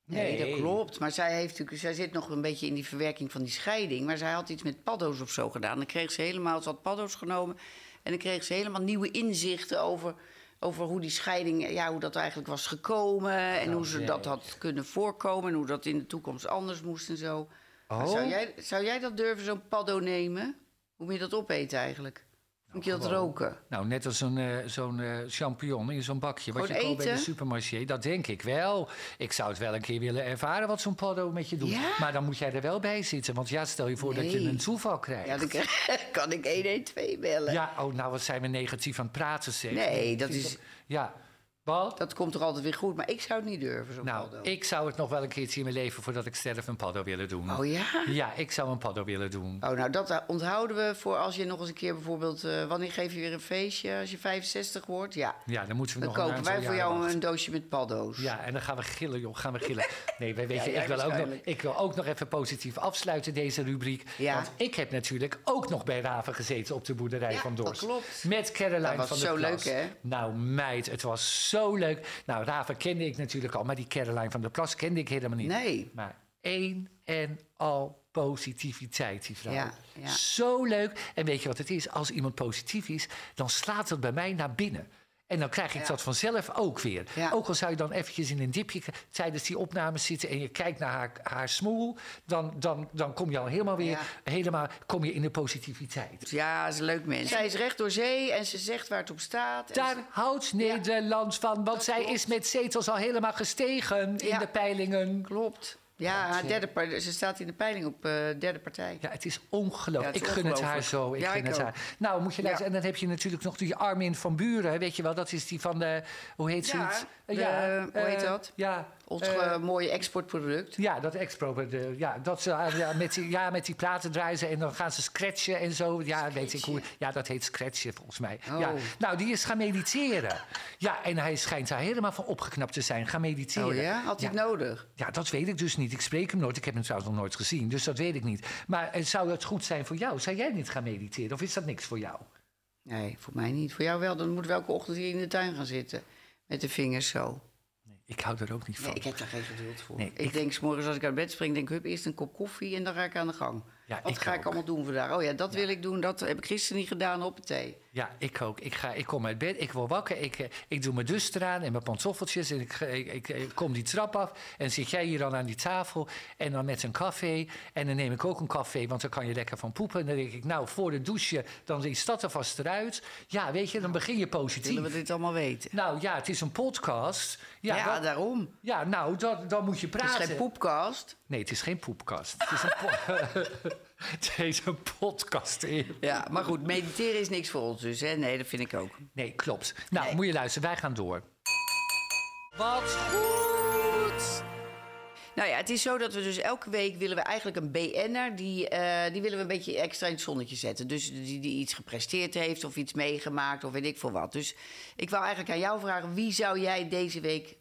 nee, dat klopt. Maar zij, heeft, natuurlijk- zij zit nog een beetje in die verwerking van die scheiding. Maar zij had iets met paddo's of zo gedaan. Dan kreeg ze helemaal, ze had paddo's genomen. En dan kreeg ze helemaal nieuwe inzichten over, over hoe die scheiding, ja, hoe dat eigenlijk was gekomen. En Oh, hoe ze dat jee. had kunnen voorkomen. En hoe dat in de toekomst anders moest en zo. Maar Oh, Zou, jij, zou jij dat durven, zo'n paddo nemen? Hoe moet je dat opeten eigenlijk? Moet je dat gewoon. roken? nou net als een, eh, zo'n eh, champignon in zo'n bakje. Wat Gewoon je koopt bij de eten? supermarché, dat denk ik wel. Ik zou het wel een keer willen ervaren wat zo'n paddo met je doet. Ja? Maar dan moet jij er wel bij zitten. Want ja, stel je voor dat je Nee. een toeval krijgt. Ja, dan k- <laughs> kan ik 112 bellen. Ja, oh, nou wat zijn we negatief aan het praten, zeg. Nee, dat is- Ja, wat? Dat komt er altijd weer goed, maar ik zou het niet durven, zo'n Nou, paddo. ik zou het nog wel een keertje in mijn leven... voordat ik sterf een paddo willen doen. Oh ja? Ja, ik zou een paddo willen doen. Oh, nou, dat eh, onthouden we voor als je nog eens een keer bijvoorbeeld... eh, wanneer geef je weer een feestje als je 65 wordt? Ja, Ja, dan moeten we dan nog een kopen aantal wij voor jaren jou wachten. een doosje met paddo's. Ja, en dan gaan we gillen, joh. Gaan we gillen. <laughs> Nee, wij Ja, weten, jij ik, wil ook nog, waarschijnlijk. ik wil ook nog even positief afsluiten, deze rubriek. Ja. Want ik heb natuurlijk ook nog bij Raven gezeten op de boerderij Ja, van dat Dorst. klopt. Met Caroline Dat was van der zo Plas. leuk, hè? Nou, meid, het was zo leuk. Nou, Raven kende ik natuurlijk al, maar die Caroline van der Plas kende ik helemaal niet. Nee. Maar één en al positiviteit, die vrouw. Ja, ja. Zo leuk. En weet je wat het is? Als iemand positief is, dan slaat dat bij mij naar binnen. En dan krijg ik dat vanzelf ook weer. Ja. Ook al zou je dan eventjes in een dipje k- tijdens die opnames zitten... en je kijkt naar haar, haar smoel, dan, dan, dan kom je al helemaal weer... Ja. helemaal kom je in de positiviteit. Ja, is een leuk mens. Zij is recht door zee en ze zegt waar het op staat. En Daar ze- houdt Nederland van, want zij is met zetels al helemaal gestegen in Ja. de peilingen. Klopt. Ja, haar derde par- ze staat in de peiling op eh, derde partij. Ja, het is ongelooflijk. Ja, het is ik gun het haar ongelooflijk. zo. Ik Ja, gun ik het ook. haar. Nou, moet je luisteren. En dan heb je natuurlijk nog die Armin van Buren. Weet je wel, dat is die van de... Hoe heet ze Ja, het? de- hoe eh, heet dat? Ja, Ons eh, eh, mooie exportproduct. ja, dat expro. de- Ja, dat ze, ah, ja, met die, ja, met die platen draaien ze en dan gaan ze scratchen en zo. Ja, weet ik hoe. Ja, dat heet scratchen volgens mij. Oh. Ja. Nou, die is gaan mediteren. Ja, en hij schijnt daar helemaal van opgeknapt te zijn. Gaan mediteren. Oh ja? Had hij Ja. het nodig? Ja, dat weet ik dus niet. Ik spreek hem nooit. Ik heb hem trouwens nog nooit gezien, dus dat weet ik niet. Maar eh, zou het goed zijn voor jou? Zou jij niet gaan mediteren of is dat niks voor jou? Nee, voor mij niet. Voor jou wel. Dan moet we elke ochtend hier in de tuin gaan zitten. Met de vingers zo. Ik hou er ook niet van. Nee, ik heb daar geen geduld voor. Nee, ik, ik- denk, 's morgens als ik uit bed spring, denk ik, hup, eerst een kop koffie en dan ga ik aan de gang. Ja, Wat ik ga ook. ik allemaal doen vandaag? Oh ja, dat wil ik doen, dat heb ik gisteren niet gedaan op het thee. Ja, ik ook. Ik, ga, ik kom uit bed, ik word wakker, ik, eh, ik doe mijn dus eraan en mijn pantoffeltjes en ik, ga- ik, ik, eh, ik kom die trap af en zit jij hier dan aan die tafel en dan met een café en dan neem ik ook een café, want dan kan je lekker van poepen. En dan denk ik, nou, voor de douche, dan is dat er vast eruit. Ja, weet je, dan begin je Willen we positief. dit allemaal weten? Nou ja, het is een podcast. Ja, Ja, dat- daarom. Het Ja, nou, dat, dan moet je is praten. geen poepkast. Nee, het is geen poepkast. Het is een, po- <laughs> het is een podcast. Eer. Ja, maar goed, mediteren is niks voor ons dus, hè? Nee, dat vind ik ook. Nee, klopt. Nou, moet je luisteren. Wij gaan door. Wat? Goed. Nou ja, het is zo dat we dus elke week willen we eigenlijk een BN'er... Die, eh, die willen we een beetje extra in het zonnetje zetten. Dus die, die iets gepresteerd heeft of iets meegemaakt of weet ik veel wat. Dus ik wou eigenlijk aan jou vragen... wie zou jij deze week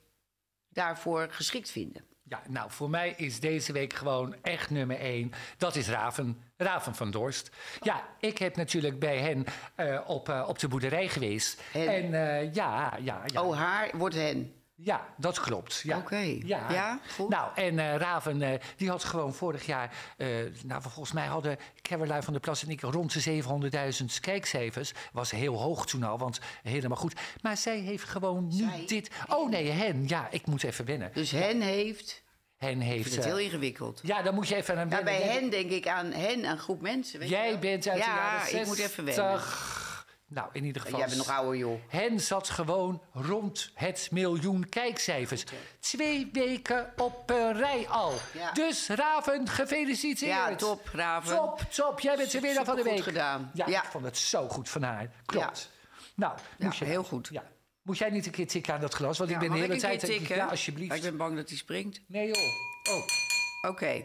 daarvoor geschikt vinden? Ja, nou, voor mij is deze week gewoon echt nummer één. Dat is Raven. Raven van Dorst. Ja, ik heb natuurlijk bij hen eh, op, eh, op de boerderij geweest. Hen? En eh, ja, ja, ja. Oh, haar wordt hen. Ja, dat klopt. Ja. Oké. Ja, goed. Nou, en eh, Raven, eh, die had gewoon vorig jaar... eh, nou, volgens mij hadden Caroline van der Plas en ik rond de 700.000 kijkcijfers. Was heel hoog toen al, want helemaal goed. Maar zij heeft gewoon nu Zij? dit... Oh nee, hen. Ja, ik moet even wennen. Dus hen heeft... Hen Ik heeft... vind het eh, heel ingewikkeld. ja, dan moet je even aan Ja, bij wennen. hen denk ik aan hen, aan een groep mensen. Weet je Jij wel? bent uit ja, de jaren 60. ik moet even wennen. Nou, in ieder geval... Jij bent nog ouder, joh. Hen zat gewoon rond het miljoen kijkcijfers. Twee weken op een rij al. Ja. Dus Raven, gefeliciteerd. Ja, top, Raven. Top, top. Jij bent de winnaar van de week. Supergoed gedaan. Ja, Ja. ik vond het zo goed van haar. Klopt. Nou, moet je... heel goed. Ja. Moet jij niet een keer tikken aan dat glas? Want ik ben de mag hele ik een tijd... keer tikken? Ja, alsjeblieft. Ik ben bang dat hij springt. Nee joh. Oh, Oké.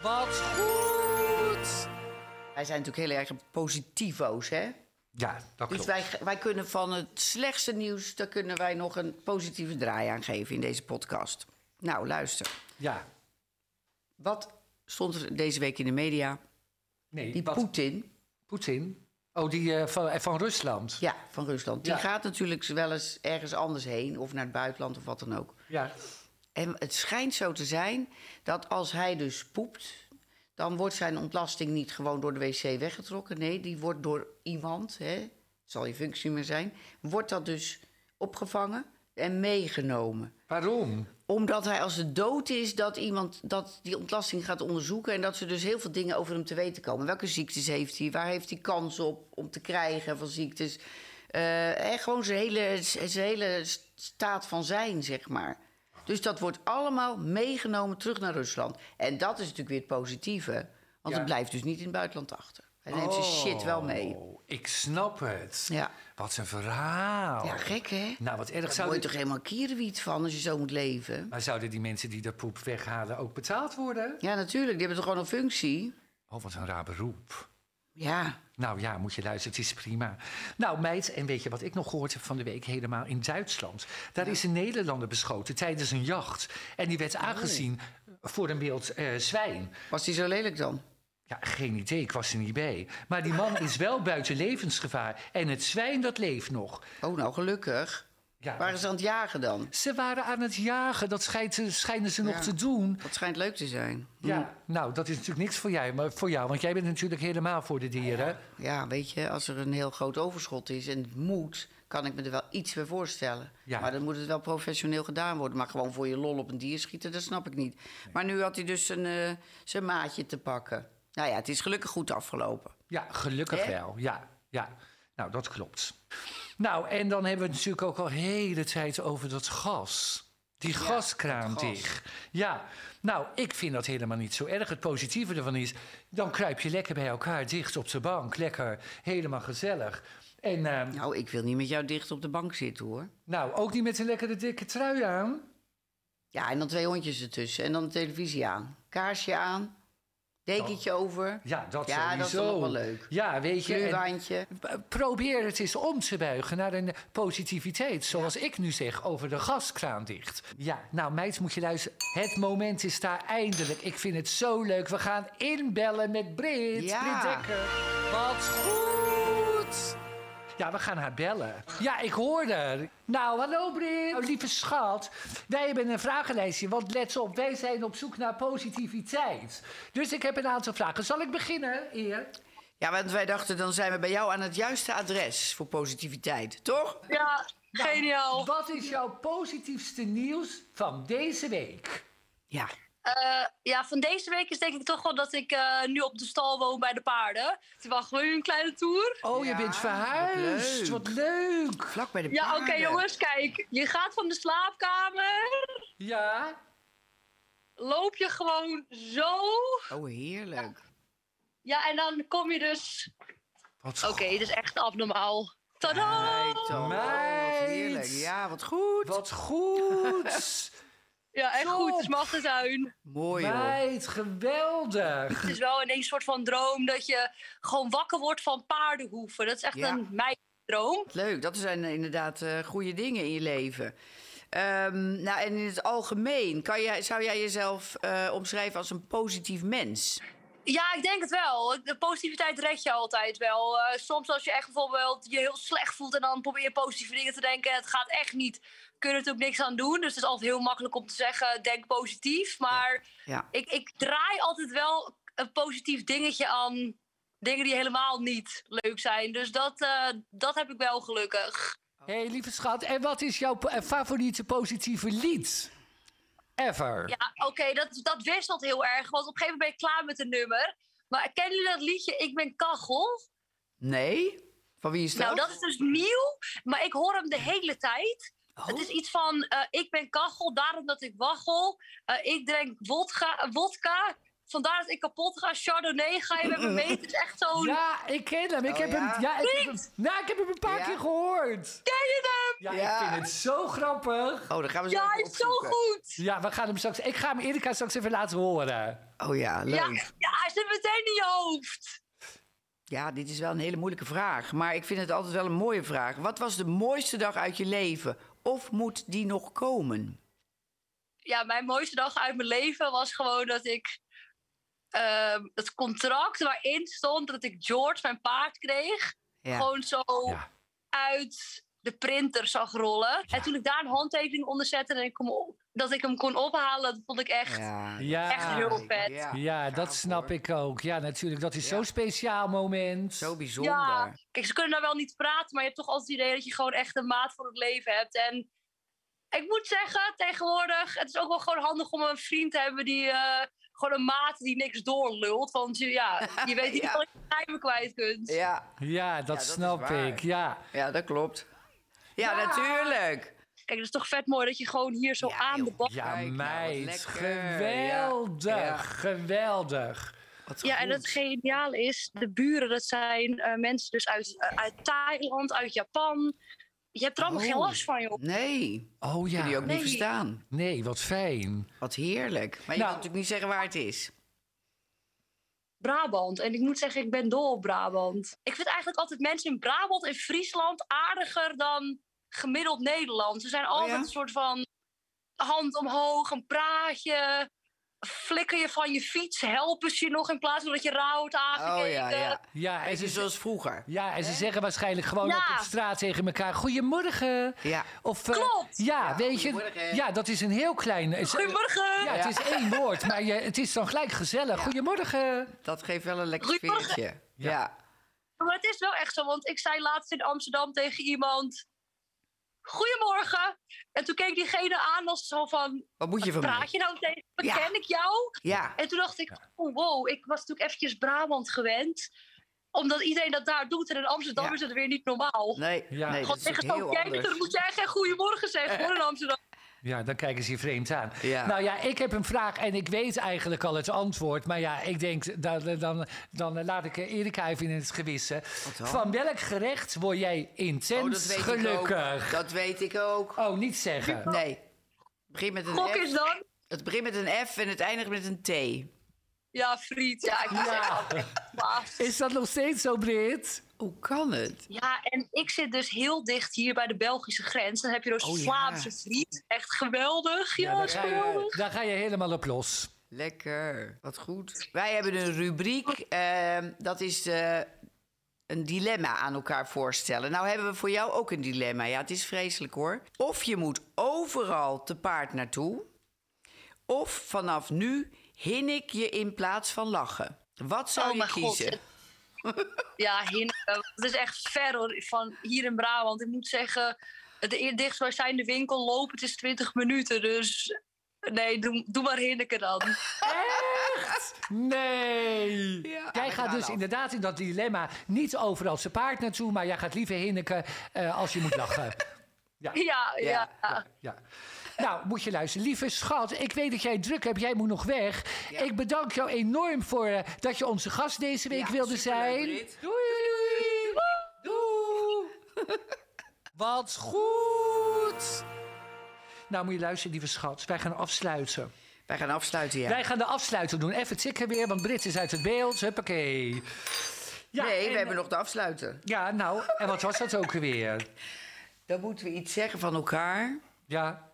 wat goed. Wij zijn natuurlijk heel erg positivo's, hè? Ja, dat klopt. Dus wij, wij kunnen van het slechtste nieuws... daar kunnen wij nog een positieve draai aan geven in deze podcast. Nou, luister. Ja. Wat stond er deze week in de media? Nee, Die wat- Poetin... Poetin. Oh, die eh, van, eh, van Rusland. Ja, van Rusland. Die Ja. gaat natuurlijk wel eens ergens anders heen of naar het buitenland of wat dan ook. Ja. En het schijnt zo te zijn dat als hij dus poept, dan wordt zijn ontlasting niet gewoon door de wc weggetrokken. Nee, die wordt door iemand, hè, het zal je functie meer zijn, wordt dat dus opgevangen en meegenomen. Waarom? Omdat hij als het dood is, dat iemand dat die ontlasting gaat onderzoeken en dat ze dus heel veel dingen over hem te weten komen. Welke ziektes heeft hij? Waar heeft hij kans op om te krijgen van ziektes? Eh, en gewoon zijn hele, zijn hele staat van zijn, zeg maar. Dus dat wordt allemaal meegenomen terug naar Rusland. En dat is natuurlijk weer het positieve. Want Ja. het blijft dus niet in het buitenland achter. Hij neemt zijn shit wel mee. Oh, Ik snap het. Ja. Wat een verhaal. Ja, gek hè? Nou, wat erg. Daar word je Zouden, toch helemaal kierenwiet van als je zo moet leven? maar zouden die mensen die dat poep weghalen ook betaald worden? Ja, natuurlijk. Die hebben toch gewoon een functie? Oh, wat een raar beroep. Ja. Nou ja, moet je luisteren, het is prima. Nou meid, en weet je wat ik nog gehoord heb van de week helemaal in Duitsland? Daar is een Nederlander beschoten tijdens een jacht. En die Oh. werd aangezien voor een wild eh, zwijn. Was die zo lelijk dan? Ja, geen idee, ik was er niet bij. Maar die <laughs> man is wel buiten levensgevaar. En het zwijn, dat leeft nog. Oh, nou gelukkig. Ja, Waren ze aan het jagen dan? Ze waren aan het jagen, dat schijnt, ze- schijnen ze nog Ja. te doen. Dat schijnt leuk te zijn. Hm. Ja, nou, dat is natuurlijk niks voor jou, maar voor jou, want jij bent natuurlijk helemaal voor de dieren. Ja, weet je, als er een heel groot overschot is en het moet, kan ik me er wel iets bij voorstellen. Ja. Maar dan moet het wel professioneel gedaan worden. Maar gewoon voor je lol op een dier schieten, dat snap ik niet. Maar nu had hij dus zijn, eh, zijn maatje te pakken. Nou ja, het is gelukkig goed afgelopen. Ja, gelukkig Hè? wel. Ja, ja. Nou, dat klopt. Nou, en dan hebben we het natuurlijk ook al hele tijd over dat gas. Die gaskraan dat gas. dicht. Ja, nou, ik vind dat helemaal niet zo erg. Het positieve ervan is, dan kruip je lekker bij elkaar dicht op de bank. Lekker, helemaal gezellig. En eh, Nou, ik wil niet met jou dicht op de bank zitten hoor. nou, ook niet met een lekkere dikke trui aan. Ja, en dan twee hondjes ertussen. En dan de televisie aan. Kaarsje aan. Dekentje over. Ja, dat Ja, dat is sowieso. dan ook wel leuk. Ja, weet je. en- Gluwaantje. P- Probeer het eens om te buigen naar een positiviteit. Zoals ik nu zeg over de gaskraan dicht. Ja, nou meid, moet je luisteren. Het moment is daar eindelijk. Ik vind het zo leuk. We gaan inbellen met Brit. Ja. Brit Dekker. Wat goed. Ja, we gaan haar bellen. Ja, ik hoor haar. Nou, hallo Brit. Oh, lieve schat. Wij hebben een vragenlijstje, want let op, wij zijn op zoek naar positiviteit. Dus ik heb een aantal vragen. Zal ik beginnen, Eer? Ja, want wij dachten, dan zijn we bij jou aan het juiste adres voor positiviteit, toch? Ja, Nou, geniaal. Wat is jouw positiefste nieuws van deze week? Ja. Eh, ja, van deze week is denk ik toch wel dat ik eh, nu op de stal woon bij de paarden. Het was gewoon een kleine tour. Oh, Ja, je bent verhuisd. wat Wat leuk. Vlak bij de Ja, oké paarden. jongens, kijk. Je gaat van de slaapkamer, Ja. loop je gewoon zo. Oh, heerlijk. Ja, en dan kom je dus... Wat Oké, dit is echt abnormaal. Tadaa! Meid, oh, wat Meid. heerlijk. Ja, wat goed. Wat <laughs> goed. Ja, echt goed. Het is Top. mijn achtertuin. Mooi, joh. Meid, geweldig. Het is wel ineens een soort van droom dat je gewoon wakker wordt van paardenhoeven. Dat is echt Ja. een meidendroom. Leuk, dat zijn eh, inderdaad eh, goede dingen in je leven. Ehm, nou, en in het algemeen, kan jij, zou jij jezelf eh, omschrijven als een positief mens? Ja, ik denk het wel. De positiviteit redt je altijd wel. Eh, soms als je echt bijvoorbeeld je heel slecht voelt en dan probeer je positieve dingen te denken. Het gaat echt niet. Kun je er natuurlijk niks aan doen. Dus het is altijd heel makkelijk om te zeggen, denk positief. Maar Ja. ik, ik draai altijd wel een positief dingetje aan dingen die helemaal niet leuk zijn. Dus dat, eh, dat heb ik wel gelukkig. Hé, hey, lieve schat. En wat is jouw eh, favoriete positieve lied? Ever. Ja, oké, dat, dat wisselt heel erg. Want op een gegeven moment ben je klaar met een nummer. Maar kennen jullie dat liedje Ik ben kachel? Nee? Van wie is dat? Nou, dat is dus nieuw, maar ik hoor hem de hele tijd. Oh. Het is iets van, eh, ik ben kachel, daarom dat ik waggel. Eh, ik drink wodka, wodka, vandaar dat ik kapot ga. Chardonnay, ga je met me mee? Het is echt zo'n... Ja, ik ken hem. Ik Oh, heb ja? hem. Ja, ik heb hem, nou, ik heb hem een paar Ja? keer gehoord. Ken je hem? Ja, Ja. ik vind het zo grappig. Oh, dan gaan we zo Ja, even hij is zo opzoeken. goed! Ja, we gaan hem straks. Ik ga hem Erika straks even laten horen. Oh ja, leuk. Ja, ja, hij zit meteen in je hoofd. Ja, dit is wel een hele moeilijke vraag. Maar ik vind het altijd wel een mooie vraag. Wat was de mooiste dag uit je leven? Of moet die nog komen? Ja, mijn mooiste dag uit mijn leven was gewoon dat ik... ehm, het contract waarin stond dat ik George, mijn paard, kreeg... ja. gewoon zo Ja. uit de printer zag rollen. Ja. En toen ik daar een handtekening onder zette en ik hem op- dat ik hem kon ophalen, dat vond ik echt... Ja, Ja. Echt heel vet. Ja, gaaf, dat snap hoor. ik ook. Ja, natuurlijk. Dat is Ja. zo'n speciaal moment. Zo bijzonder. Ja, kijk, ze kunnen daar wel niet praten, maar je hebt toch altijd het idee dat je gewoon echt een maat voor het leven hebt. En ik moet zeggen, tegenwoordig, het is ook wel gewoon handig om een vriend te hebben die eh, gewoon een maat die niks doorlult. Want je, ja, je weet <laughs> niet Ja. wat je geheimen kwijt kunt. Ja, Ja, dat, is snap waar. ik. Ja. ja, dat klopt. Ja, natuurlijk. Kijk, het is toch vet mooi dat je gewoon hier zo Ja, aan de joh. bal... Ja, Kijk nou, wat meid. lekker. Geweldig. Ja. Ja. Geweldig. Wat Ja, en goed. het geniaal is, de buren, dat zijn eh, mensen dus uit, eh, uit Thailand, uit Japan. Je hebt er allemaal Oh. geen last van, joh. Nee, Oh kun ja. je ook Nee. niet verstaan. Nee, wat fijn. Wat heerlijk. Maar Nou. je kan natuurlijk niet zeggen waar het is. Brabant. En ik moet zeggen, ik ben dol op Brabant. Ik vind eigenlijk altijd mensen in Brabant en Friesland aardiger dan gemiddeld Nederland. Ze zijn altijd Oh ja? een soort van hand omhoog, een praatje. Flikker je van je fiets, helpen ze je nog in plaats van dat je rauw wordt aangekeken. Oh ja, ja. Ja, en Het ze, is zoals vroeger. ja, en ze zeggen waarschijnlijk gewoon Ja. op de straat tegen elkaar... Goedemorgen. Ja. Of, eh, Klopt. Ja, Ja, weet je. goedemorgen. Ja, dat is een heel klein... is- Goedemorgen! Ja, het is één woord, maar je, het is dan gelijk gezellig. Goedemorgen. Dat geeft wel een lekker Goedemorgen. sfeertje. Ja. Ja. Maar het is wel echt zo, want ik zei laatst in Amsterdam tegen iemand... Goedemorgen! En toen keek diegene aan als zo van... Wat moet je Wat van mij? praat je nou tegen? me? Ja. Ken ik jou? Ja. En toen dacht ik, oh, wow, ik was natuurlijk eventjes Brabant gewend. Omdat iedereen dat daar doet en in Amsterdam Ja. is het weer niet normaal. Nee, Ja. nee dat Gewoon is natuurlijk tegen heel zo'n jij dan anders. moet jij geen goeiemorgen zeggen hoor in Amsterdam. <laughs> Ja, dan kijken ze je vreemd aan. Ja. Nou ja, ik heb een vraag en ik weet eigenlijk al het antwoord. Maar ja, ik denk, dan, dan, dan eh, laat ik eh, Erika even in het gewissen. dan? Van welk gerecht word jij Oh, intens dat weet ik ook. gelukkig? Dat weet ik ook. Oh, niet zeggen. <laughs> Nee. Het begint met een Gok is F. dan? Het begint met een F en het eindigt met een T. Ja, friet. Ja, ik Ja. ja. Is dat nog steeds zo, Brit? Hoe kan het? ja, en ik zit dus heel dicht hier bij de Belgische grens. Dan heb je dus Oh, ja. Vlaamse friet. Echt geweldig. Ja, daar, is ga je, geweldig. daar ga je helemaal op los. Lekker. Wat goed. Wij hebben een rubriek. ehm, dat is eh, een dilemma aan elkaar voorstellen. Nou hebben we voor jou ook een dilemma. Ja, het is vreselijk hoor. Of je moet overal te paard naartoe. Of vanaf nu hinnik je in plaats van lachen. Wat zou Oh, je mijn god. kiezen? Ja, Hinneke. Het is echt ver hoor, van hier in Brabant. Ik moet zeggen, de e- dichtstbijzijnde winkel lopen, het is 20 minuten. Dus nee, doe, doe maar Hinneke dan. <laughs> Nee! Ja, jij gaat we dwalen dus af. inderdaad in dat dilemma niet overal zijn paard naartoe, maar jij gaat liever hinneken eh, als je moet <laughs> lachen. Ja, ja. Ja, ja. Nou, moet je luisteren. Lieve schat, ik weet dat jij het druk hebt. Jij moet nog weg. Ik bedank jou enorm voor eh, dat je onze gast deze week Ja, wilde superleuk, zijn. Brit. Doei, doei. Doei. <laughs> Wat goed. Nou, moet je luisteren, lieve schat. Wij gaan afsluiten. Wij gaan afsluiten, ja. Wij gaan de afsluiting doen. Even tikken weer, want Brit is uit het beeld. Huppakee. Ja, nee, en- we hebben nog te afsluiten. Ja, nou, en wat was dat ook weer? Dan moeten we iets zeggen van elkaar. Ja.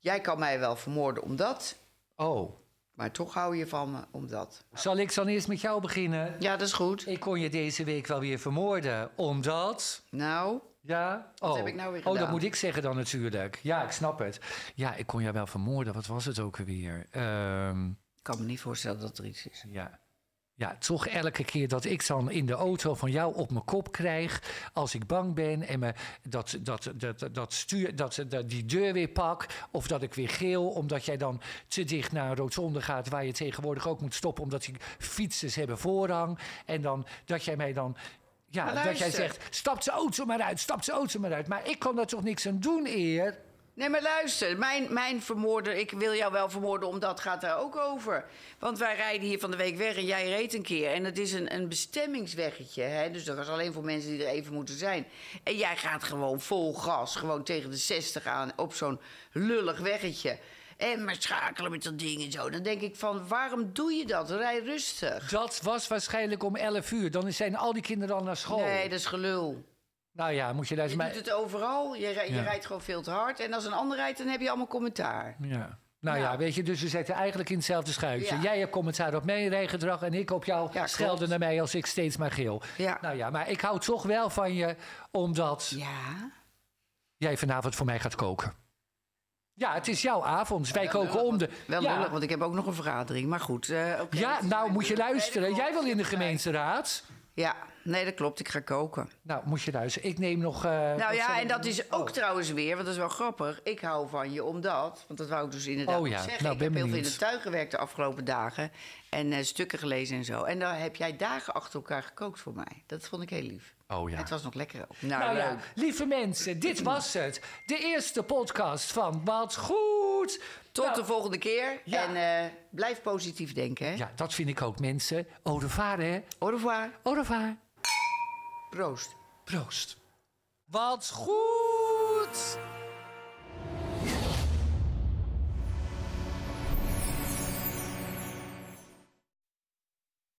Jij kan mij wel vermoorden omdat, Oh. maar toch hou je van me omdat. Zal ik dan eerst met jou beginnen? Ja, dat is goed. Ik kon je deze week wel weer vermoorden, omdat... Nou, Ja? Oh. heb ik nou weer oh, dat gedaan? moet ik zeggen dan natuurlijk. Ja, ik snap het. Ja, ik kon jou wel vermoorden. Wat was het ook weer? Ehm, ik kan me niet voorstellen dat er iets is. ja. ja, toch elke keer dat ik dan in de auto van jou op mijn kop krijg... als ik bang ben en me dat, dat, dat, dat, dat stuur, dat, dat, die deur weer pak... of dat ik weer geel, omdat jij dan te dicht naar een rotonde gaat... waar je tegenwoordig ook moet stoppen, omdat die fietsers hebben voorrang. En dan dat jij mij dan... Ja, Maar dat jij luister. zegt, stap ze auto maar uit, stap ze auto maar uit. Maar ik kan daar toch niks aan doen, eer? Nee, maar luister, mijn, mijn vermoorder, ik wil jou wel vermoorden omdat gaat daar ook over. Want wij rijden hier van de week weg en jij reed een keer. En het is een, een bestemmingsweggetje, hè? dus dat was alleen voor mensen die er even moeten zijn. En jij gaat gewoon vol gas, gewoon tegen de 60 aan op zo'n lullig weggetje. En maar schakelen met dat ding en zo. Dan denk ik van, waarom doe je dat? Rij rustig. Dat was waarschijnlijk om 11 uur. Dan zijn al die kinderen al naar school. Nee, dat is gelul. Nou ja, moet je Je luisteren. doet het overal, je, rij- je Ja. rijdt gewoon veel te hard. En als een ander rijdt, dan heb je allemaal commentaar. maar- Ja. Nou ja. Ja. weet je, dus we zitten eigenlijk in hetzelfde schuitje. Ja. Jij hebt commentaar op mijn rijgedrag en ik op jou Ja, schelden klopt. naar mij als ik steeds maar geel. Ja. Nou ja, maar ik hou toch wel van je, omdat Ja. jij vanavond voor mij gaat koken. Ja, het is jouw avond. Wij koken om de. Wel ja. lullig, want ik heb ook nog een vergadering. Maar goed. eh, oké. Ja, nou moet je luisteren. Nee, dat Jij wil in de klopt. gemeenteraad. Ja, nee, dat klopt. Ik ga koken. Nou, moet je luisteren. Ik neem nog. eh, wat nou zal ja, ik en dat doen? is ook Oh. trouwens weer, want dat is wel grappig. Ik hou van je omdat, want dat wou ik dus inderdaad Oh nog ja, zeggen. nou, ik ben heb heel veel in benieuwd. de tuin gewerkt de afgelopen dagen. En eh, stukken gelezen en zo. En dan heb jij dagen achter elkaar gekookt voor mij. Dat vond ik heel lief. Oh ja. Het was nog lekker ook. Nou, Nou ja, leuk. lieve mensen, dit was het. De eerste podcast van Wat Goed. Tot Nou, de volgende keer. Ja. En eh, blijf positief denken. Hè? Ja, dat vind ik ook, mensen. Au revoir, hè? Au revoir. Au revoir. Proost. Proost. Wat goed!